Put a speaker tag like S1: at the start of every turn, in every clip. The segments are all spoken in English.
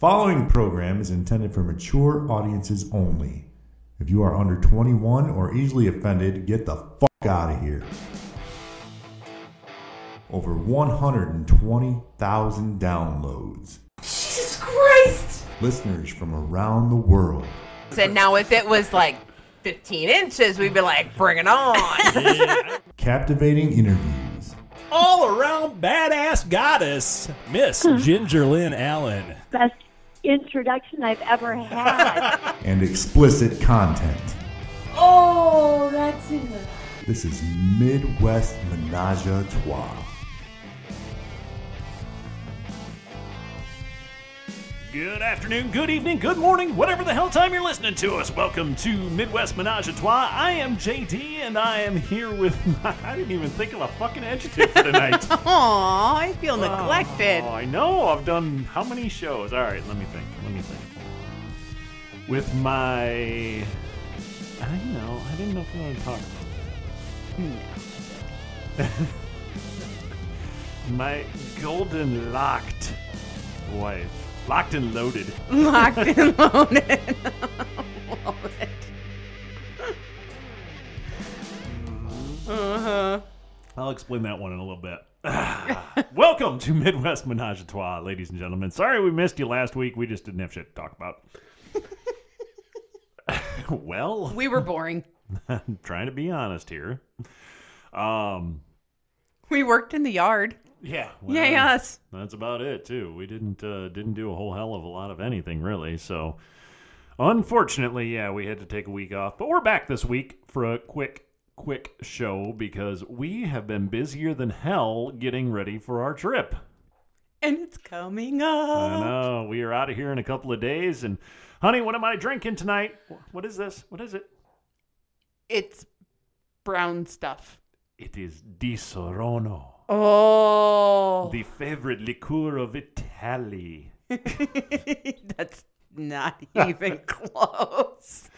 S1: Following program is intended for mature audiences only. If you are under 21 or easily offended, get the fuck out of here. Over 120,000 downloads.
S2: Jesus Christ!
S1: Listeners from around the world.
S2: And now if it was like 15 inches, we'd be like, bring it on.
S1: Captivating interviews.
S3: all around badass goddess, Miss Ginger Lynn Allen.
S4: best introduction I've ever had.
S1: and explicit content.
S5: Oh, that's in the.
S1: This is Midwest Menage a Trois.
S3: Good afternoon, good evening, good morning, whatever the hell time you're listening to us. Welcome to Midwest Menage a Trois. I am JD, and I am here with. My, I didn't even think of a fucking adjective for tonight.
S2: Aw, I feel neglected.
S3: Oh, I know. I've done how many shows? All right, let me think. Let me think. With my, I don't know. I didn't know if I wanted to talk. Hmm. my golden locked wife, locked and loaded.
S2: Locked and loaded. Love it. Uh-huh.
S3: I'll explain that one in a little bit. Welcome to Midwest Menage a Trois, ladies and gentlemen. Sorry we missed you last week. We just didn't have shit to talk about. well,
S2: We were boring.
S3: I'm trying to be honest here. Um,
S2: We worked in the yard.
S3: yeah, well,
S2: Yay, us.
S3: That's about it too. We didn't uh, didn't do a whole hell of a lot of anything really. So, unfortunately, yeah, we had to take a week off, but we're back this week for a quick quick show because we have been busier than hell getting ready for our trip.
S2: And it's coming
S3: I
S2: up.
S3: know we are out of here in a couple of days, and honey, what am I drinking tonight? What is this? What is it?
S2: It's brown stuff.
S3: It is Di Sorono.
S2: Oh.
S3: The favorite liqueur of Italy.
S2: That's not even close.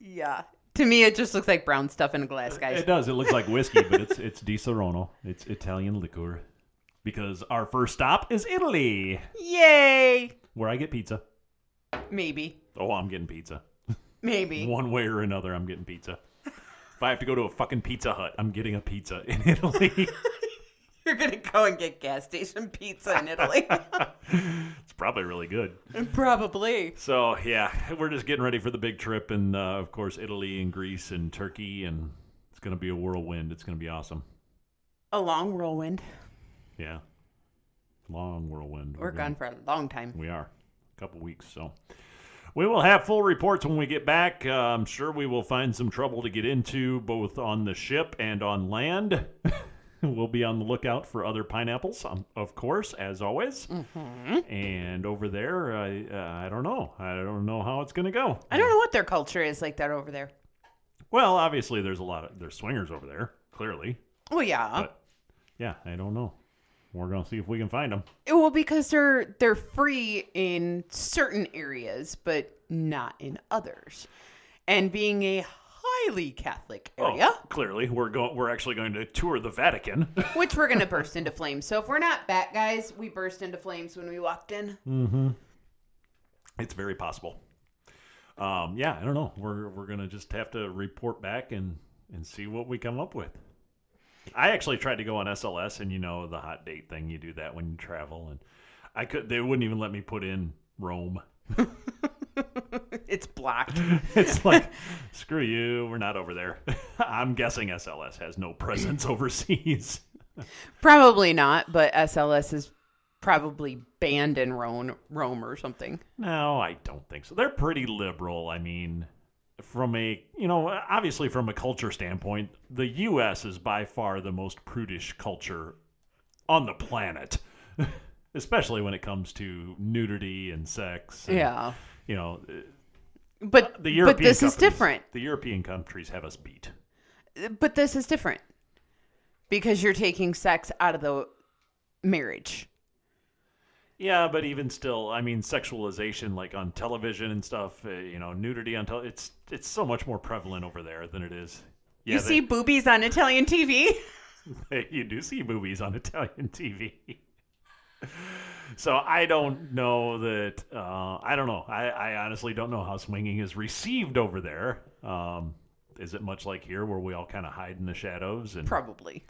S2: yeah. To me, it just looks like brown stuff in a glass, guys.
S3: It does. It looks like whiskey, but it's it's Di Serono. It's Italian liqueur. Because our first stop is Italy,
S2: Yay!
S3: where I get pizza.
S2: Maybe.
S3: Oh, I'm getting pizza.
S2: Maybe.
S3: One way or another, I'm getting pizza. If I have to go to a fucking Pizza Hut, I'm getting a pizza in Italy.
S2: You're going to go and get gas station pizza in Italy.
S3: it's probably really good.
S2: Probably.
S3: So yeah, we're just getting ready for the big trip, and uh, of course, Italy and Greece and Turkey, and it's gonna be a whirlwind. It's gonna be awesome.
S2: A long whirlwind.
S3: Yeah, long whirlwind.
S2: We're
S3: We're gonna-
S2: gone for a long time.
S3: We are. A couple weeks, so. We will have full reports when we get back. Uh, I'm sure we will find some trouble to get into both on the ship and on land. we'll be on the lookout for other pineapples, um, of course, as always. And over there, I, uh, I don't know. I don't know how it's going to go.
S2: I don't know what their culture is like that over there.
S3: Well, obviously, there's a lot of there's swingers over there, clearly.
S2: Oh, yeah.
S3: But yeah, I don't know. We're going to see if we can find them.
S2: Well, because they're they're free in certain areas, but not in others. And being a highly Catholic
S3: Oh.
S2: area,
S3: clearly, we're going. We're actually going to tour the Vatican.
S2: which we're gonna burst into flames. So if we're not bat guys, we burst into flames when we walked in.
S3: It's very possible. Um, yeah, I don't know. We're we're gonna just have to report back and and see what we come up with. I actually tried to go on SLS, and you know the hot date thing. You do that when you travel, and I could. They wouldn't even let me put in Rome.
S2: It's blocked.
S3: It's like, screw you. We're not over there. I'm guessing SLS has no presence overseas.
S2: probably not, but SLS is probably banned in Rome, Rome or something.
S3: No, I don't think so. They're pretty liberal. I mean, from a, you know, obviously from a culture standpoint, the U.S. is by far the most prudish culture on the planet, especially when it comes to nudity and sex. and,
S2: Yeah,
S3: You know, uh,
S2: but
S3: the European
S2: but this is
S3: companies-
S2: different.
S3: The European countries have us beat.
S2: But this is different because you're taking sex out of the marriage.
S3: Yeah, but even still, I mean, sexualization like on television and stuff, uh, you know, nudity on television, it's, it's so much more prevalent over there than it is. Yeah,
S2: you
S3: they-
S2: see boobies on Italian TV.
S3: you do see movies on Italian TV. So I don't know that. Uh, I don't know. I, I honestly don't know how swinging is received over there. Um, is it much like here, where we all kind of hide in the shadows and
S2: Probably.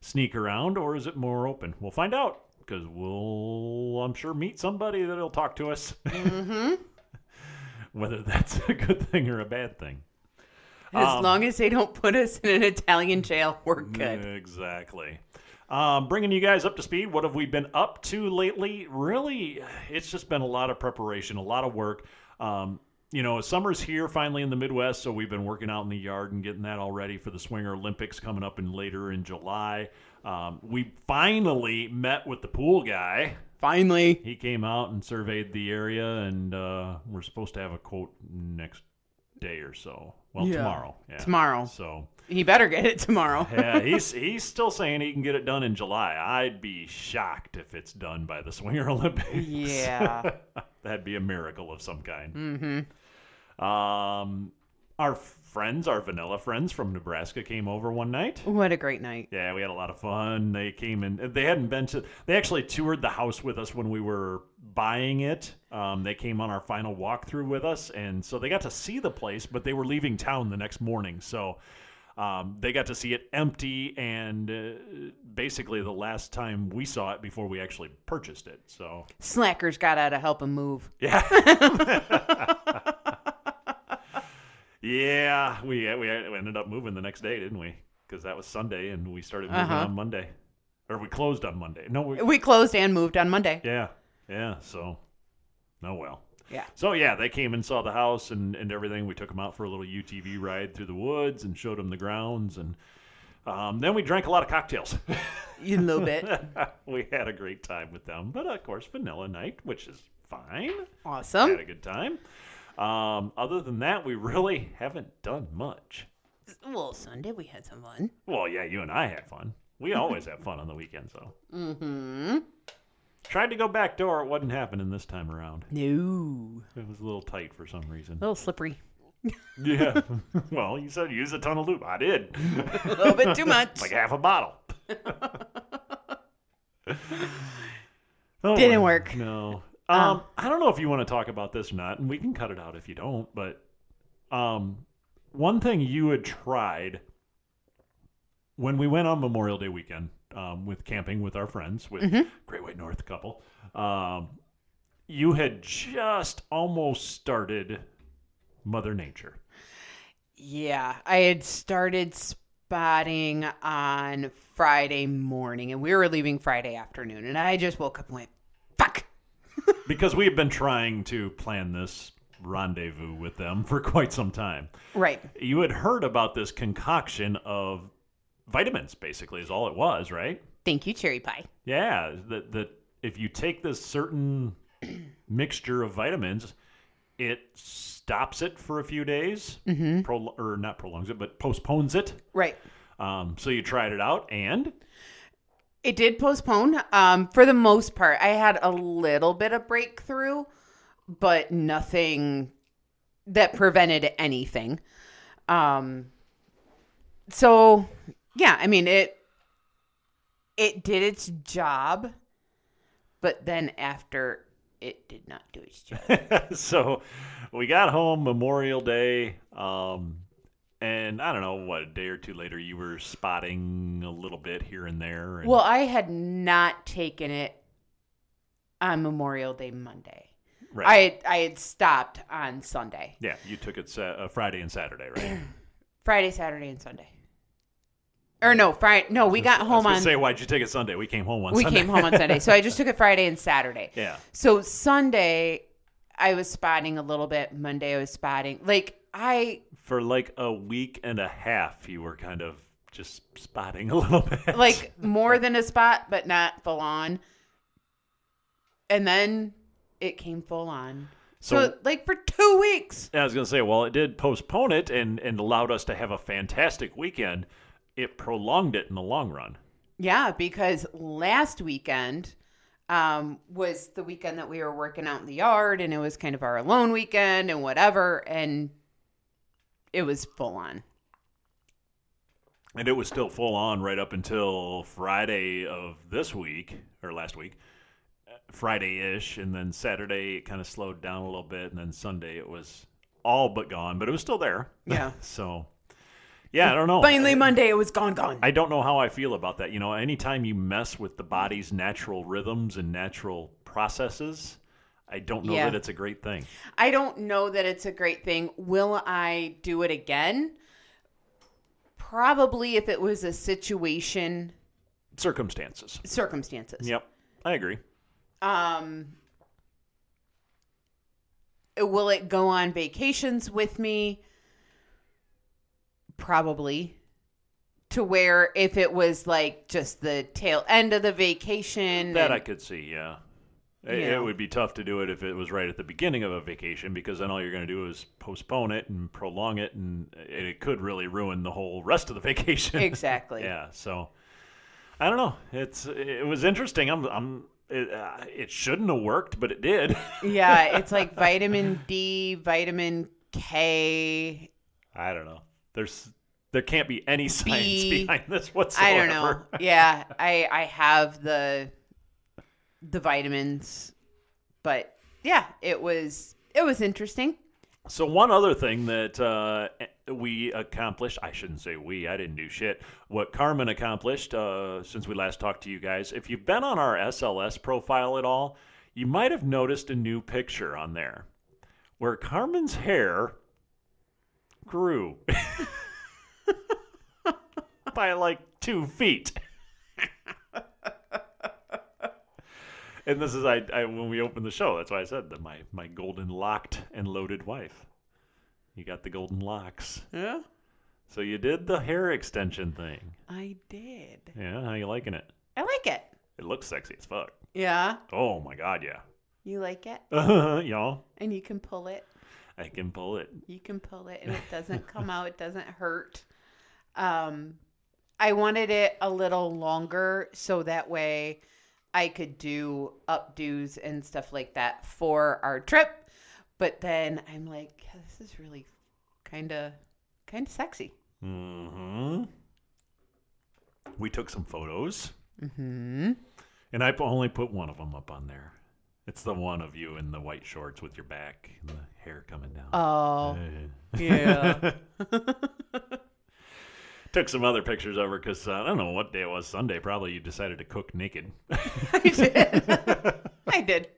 S3: sneak around, or is it more open? We'll find out because we'll, I'm sure, meet somebody that'll talk to us. Whether that's a good thing or a bad thing.
S2: As
S3: Um,
S2: long as they don't put us in an Italian jail, we're good.
S3: Exactly. Um, bringing you guys up to speed, what have we been up to lately? Really, it's just been a lot of preparation, a lot of work. Um, you know, summer's here finally in the Midwest, so we've been working out in the yard and getting that all ready for the Swinger Olympics coming up in later in July. Um, we finally met with the pool guy.
S2: Finally.
S3: He came out and surveyed the area, and uh, we're supposed to have a quote next day or so. Well,
S2: Yeah.
S3: tomorrow. Yeah.
S2: Tomorrow.
S3: So
S2: He better get it tomorrow.
S3: yeah, he's he's still saying he can get it done in July. I'd be shocked if it's done by the Swinger Olympics.
S2: Yeah.
S3: That'd be a miracle of some kind. Mm-hmm. Um, our friends, our vanilla friends from Nebraska, came over one night.
S2: what a great night.
S3: Yeah, we had a lot of fun. They came in. They hadn't been to. They actually toured the house with us when we were buying it. Um, they came on our final walkthrough with us, and so they got to see the place. But they were leaving town the next morning, so um, they got to see it empty and uh, basically the last time we saw it before we actually purchased it. So
S2: Slackers got out to help him move.
S3: yeah. yeah, we we ended up moving the next day, didn't we? Because that was Sunday, and we started moving
S2: Uh-huh.
S3: on Monday, or we closed on Monday. No, we
S2: We closed and moved on Monday.
S3: yeah, yeah. So, no, well.
S2: Yeah.
S3: So yeah, they came and saw the house and, and everything. We took them out for a little UTV ride through the woods and showed them the grounds, and um, then we drank a lot of cocktails.
S2: A little bit.
S3: we had a great time with them, but of course, vanilla night, which is fine had
S2: Awesome.
S3: a good time. Um, other than that, we really haven't done much.
S2: Well, Sunday we had some fun.
S3: Well, yeah, you and I had fun. We always have fun on the weekends, though.
S2: Mm-hmm.
S3: Tried to go back door, it wasn't happening this time around.
S2: No.
S3: It was a little tight for some reason.
S2: A little slippery.
S3: Yeah. well, you said use a ton of lube. I did.
S2: A little bit too much.
S3: like half a bottle. Oh,
S2: Didn't
S3: well,
S2: work.
S3: No. Um, I don't know if you want to talk about this or not, and we can cut it out if you don't. But um, one thing you had tried when we went on Memorial Day weekend um, with camping with our friends, with
S2: Mm-hmm.
S3: Great White North couple, um, you had just almost started Mother Nature.
S2: Yeah, I had started spotting on Friday morning, and we were leaving Friday afternoon, and I just woke up and went, "Fuck!"
S3: because we've been trying to plan this rendezvous with them for quite some time.
S2: Right.
S3: You had heard about this concoction of vitamins, basically, is all it was, right?
S2: Thank you, cherry pie.
S3: Yeah, that that if you take this certain mixture of vitamins, it stops it for a few days, prol- or not prolongs it, but postpones it.
S2: Right.
S3: Um, so you tried it out, and
S2: It did postpone. Um, for the most part, I had a little bit of breakthrough, but nothing that prevented anything. Um, so yeah, I mean it. It did its job, but then after it did not do its job.
S3: so we got home Memorial Day, um, and I don't know what a day or two later you were spotting a little bit here and there. And,
S2: Well, I had not taken it on Memorial Day Monday.
S3: right.
S2: I had, I had stopped on Sunday,
S3: yeah, you took it sa- uh, Friday and Saturday, right?
S2: Friday, Saturday, and Sunday. Or no, Friday. No, we got
S3: I was
S2: home
S3: gonna
S2: on.
S3: Say why'd you take it Sunday? We came home on.
S2: we
S3: Sunday.
S2: came home on Sunday, so I just took it Friday and Saturday.
S3: yeah,
S2: So Sunday, I was spotting a little bit. Monday, I was spotting. Like I
S3: for like a week and a half, you were kind of just spotting a little bit.
S2: like more than a spot, but not full on. And then it came full on. so
S3: so.
S2: like for two weeks.
S3: I was gonna say, well, it did postpone it and and allowed us to have a fantastic weekend. It prolonged it in the long run.
S2: Yeah, because last weekend um, was the weekend that we were working out in the yard, and it was kind of our alone weekend and whatever, and it was full on.
S3: And it was still full on right up until Friday of this week or last week. Friday ish, and then Saturday it kind of slowed down a little bit, and then Sunday it was all but gone, but it was still there.
S2: Yeah.
S3: so, yeah, I don't know.
S2: Finally, Monday, it was gone, gone.
S3: I don't know how I feel about that. You know, anytime you mess with the body's natural rhythms and natural processes, I don't know
S2: Yeah.
S3: that it's a great thing.
S2: I don't know that it's a great thing. Will I do it again? Probably if it was a situation,
S3: Circumstances.
S2: circumstances.
S3: Yep, I agree.
S2: Um, will it go on vacations with me? Probably. To where if it was like just the tail end of the vacation,
S3: That I
S2: and-
S3: could see, yeah. It,
S2: Yeah.
S3: it would be tough to do it if it was right at the beginning of a vacation because then all you're going to do is postpone it and prolong it, and it, it could really ruin the whole rest of the vacation.
S2: exactly.
S3: yeah, so I don't know. It's it was interesting. I'm I'm it, uh, it shouldn't have worked, but it did.
S2: yeah, it's like vitamin D, vitamin K.
S3: I don't know. There's there can't be any science
S2: Bee.
S3: behind this whatsoever.
S2: I don't know. Yeah, I I have the the vitamins, but yeah, it was it was interesting.
S3: So one other thing that uh, we accomplished, I shouldn't say we, I didn't do shit. What Carmen accomplished uh, since we last talked to you guys, if you've been on our SLS profile at all, you might have noticed a new picture on there where Carmen's hair grew by like two feet. And this is I, I when we opened the show. That's why I said that my my golden locked and loaded wife. You got the golden locks,
S2: Yeah,
S3: so you did the hair extension thing.
S2: I did.
S3: Yeah, how you liking it?
S2: I like it.
S3: It looks sexy as fuck.
S2: Yeah,
S3: Oh my god, yeah.
S2: you like it,
S3: Y'all,
S2: and you can pull it.
S3: I can pull it.
S2: You can pull it, and it doesn't come out. It doesn't hurt. Um, I wanted it a little longer so that way I could do updos and stuff like that for our trip. But then I'm like, yeah, this is really kind of kind of sexy.
S3: hmm We took some photos,
S2: Hmm.
S3: and I only put one of them up on there. It's the one of you in the white shorts with your back and the hair coming down.
S2: Oh,
S3: Yeah.
S2: yeah.
S3: Took some other pictures over because uh, I don't know what day it was. Sunday, probably. You decided to cook naked,
S2: I did. I did.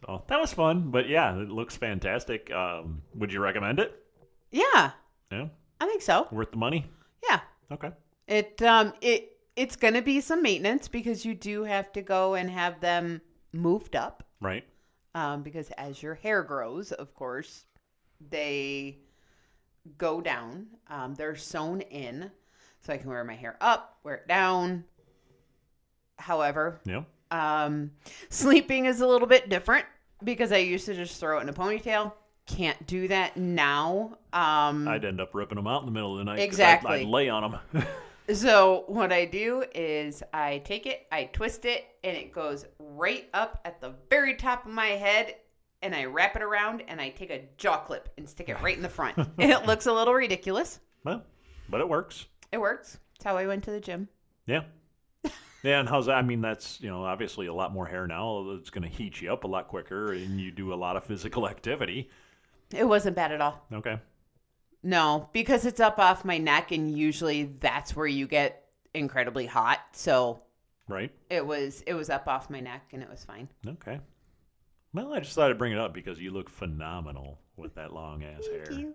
S3: so that was fun. But yeah, it looks fantastic. Um, would you recommend it?
S2: Yeah,
S3: Yeah,
S2: I think so.
S3: worth the money.
S2: Yeah.
S3: Okay.
S2: It um it it's gonna be some maintenance because you do have to go and have them moved up.
S3: Right.
S2: Um, because as your hair grows, of course, they go down. Um, they're sewn in. So I can wear my hair up, wear it down. However,
S3: Yeah.
S2: um sleeping is a little bit different because I used to just throw it in a ponytail. Can't do that now. Um
S3: I'd end up ripping them out in the middle of the night. 'cause I'd-
S2: Exactly.
S3: I'd, lay on them.
S2: So what I do is I take it, I twist it, and it goes right up at the very top of my head, and I wrap it around, and I take a jaw clip and stick it right in the front. it looks a little ridiculous.
S3: well, but it works.
S2: It works. It's how I went to the gym.
S3: Yeah. Yeah, and how's that? I mean, that's you know obviously a lot more hair now. It's going to heat you up a lot quicker, and you do a lot of physical activity.
S2: It wasn't bad at all.
S3: Okay.
S2: No, because it's up off my neck, and usually that's where you get incredibly hot. So
S3: Right.
S2: it was it was up off my neck, and it was fine.
S3: Okay. Well, I just thought I'd bring it up because you look phenomenal with that long ass hair.
S2: you.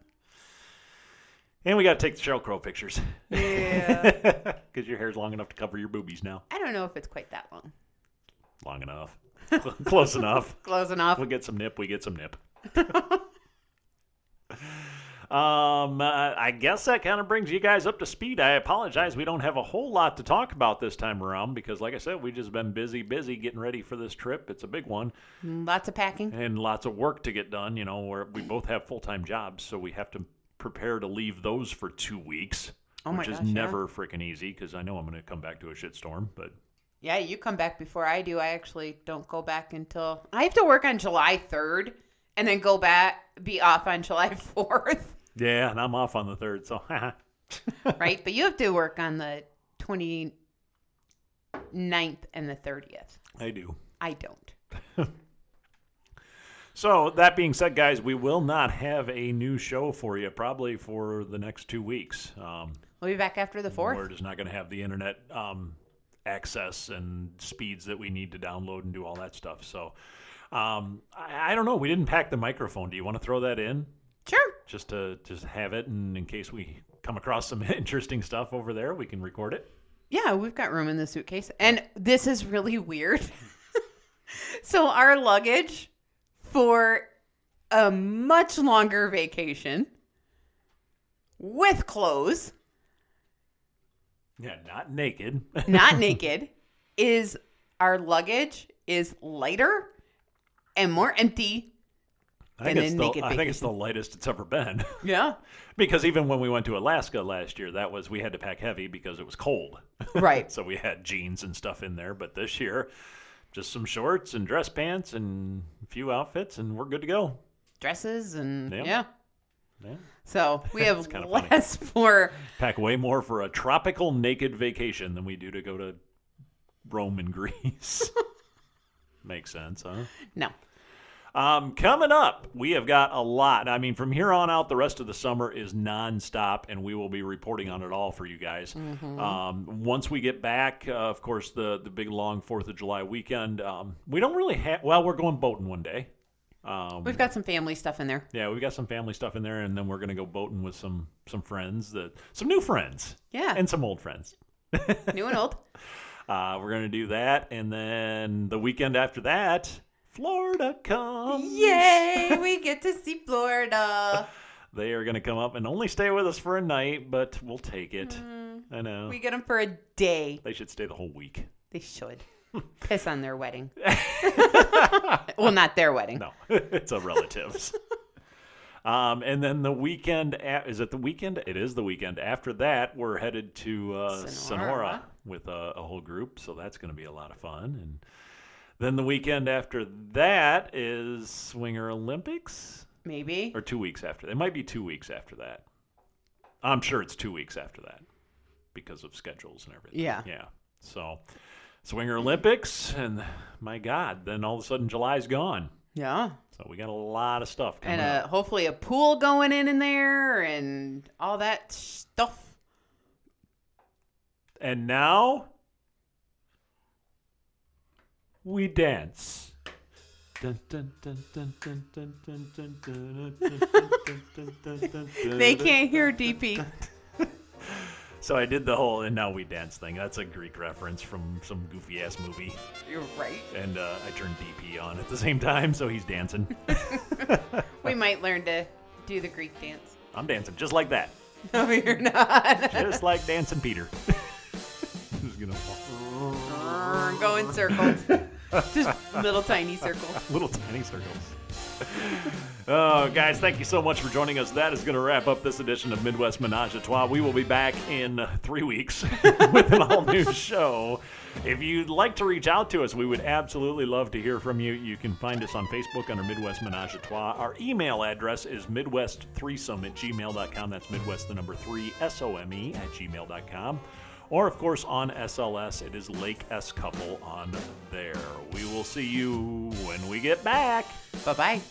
S3: And we got to take the Sheryl Crow pictures
S2: Yeah.
S3: because your hair's long enough to cover your boobies now.
S2: I don't know if it's quite that long.
S3: Long enough. Cl- Close enough.
S2: Close enough.
S3: We get some nip. We get some nip. um, uh, I guess that kind of brings you guys up to speed. I apologize. We don't have a whole lot to talk about this time around because, like I said, we've just been busy, busy getting ready for this trip. It's a big one.
S2: Lots of packing.
S3: and lots of work to get done. You know, where we both have full time jobs, so we have to prepare to leave those for two weeks,
S2: Oh my
S3: which is
S2: gosh, yeah.
S3: never freaking easy because I know I'm going to come back to a shitstorm. But
S2: Yeah, you come back before I do. I actually don't go back until I have to work on July 3rd and then go back, be off on July 4th,
S3: yeah, and I'm off on the third, so
S2: right? but you have to work on the 29th and the 30th.
S3: I do.
S2: I don't.
S3: So that being said, guys, we will not have a new show for you probably for the next two weeks. Um,
S2: We'll be back after the
S3: We're
S2: fourth.
S3: just not going to have the internet um, access and speeds that we need to download and do all that stuff. So um, I, I don't know. We didn't pack the microphone. Do you want to throw that in
S2: Sure.
S3: just to just have it, and in case we come across some interesting stuff over there, we can record it.
S2: Yeah, we've got room in the suitcase. And this is really weird. so, our luggage for a much longer vacation with clothes,
S3: Yeah, not naked.
S2: not naked, is our luggage is lighter and more empty.
S3: I think,
S2: And
S3: it's
S2: a
S3: the,
S2: naked
S3: I think it's the lightest it's ever been.
S2: Yeah.
S3: because even when we went to Alaska last year, that was we had to pack heavy because it was cold.
S2: Right.
S3: So we had jeans and stuff in there, but this year, just some shorts and dress pants and a few outfits, and we're good to go.
S2: Dresses and
S3: Yeah.
S2: yeah.
S3: Yeah.
S2: So, we have
S3: kinda funny.
S2: less for
S3: Pack way more for a tropical naked vacation than we do to go to Rome and Greece. Makes sense, huh?
S2: no.
S3: Um, coming up, we have got a lot. I mean, from here on out, the rest of the summer is nonstop, and we will be reporting on it all for you guys. Um, once we get back, uh, of course, the the big long Fourth of July weekend. Um, we don't really have. Well, we're going boating one day. Um,
S2: We've got some family stuff in there.
S3: yeah, we've got some family stuff in there, and then we're gonna go boating with some some friends that some new friends.
S2: Yeah.
S3: and some old friends.
S2: New and old.
S3: Uh, we're gonna do that, and then the weekend after that, Florida comes.
S2: Yay, we get to see Florida.
S3: They are going to come up and only stay with us for a night, but we'll take it. I know.
S2: We get them for a day.
S3: they should stay the whole week.
S2: They should. Piss on their wedding. well, not their wedding.
S3: No, it's a relative's. um, and then the weekend a- is it the weekend? It is the weekend. After that, we're headed to uh, Sonora.
S2: Sonora.
S3: with a, a whole group, so that's going to be a lot of fun. And then the weekend after that is Swinger Olympics,
S2: Maybe.
S3: or two weeks after. It might be two weeks after that. I'm sure it's two weeks after that because of schedules and everything.
S2: Yeah.
S3: Yeah. So, Swinger Olympics, and my God, then all of a sudden July's gone.
S2: Yeah.
S3: So we got a lot of stuff coming
S2: And uh
S3: up.
S2: hopefully a pool going in in there and all that stuff.
S3: And now we dance.
S2: They
S3: they
S2: can't hear DP.
S3: So I did the whole and now we dance thing. That's a Greek reference from some goofy ass movie.
S2: You're right.
S3: And uh, I turned DP on at the same time, so he's dancing.
S2: We might learn to do the Greek dance.
S3: I'm dancing just like that.
S2: No, you're not.
S3: Just like dancing Peter. Just gonna walk
S2: Go in circles. Just little tiny circles.
S3: little tiny circles. Oh, guys, thank you so much for joining us. That is going to wrap up this edition of Midwest Menage a Trois. We will be back in uh, three weeks with an all new show. If you'd like to reach out to us, we would absolutely love to hear from you. You can find us on Facebook under Midwest Menage a Trois. Our email address is midwest3some at gmail.com. That's Midwest, the number three, S O M E, at gmail.com. Or, of course, on SLS, it is Lake S Couple on there. We will see you when we get back.
S2: Bye bye.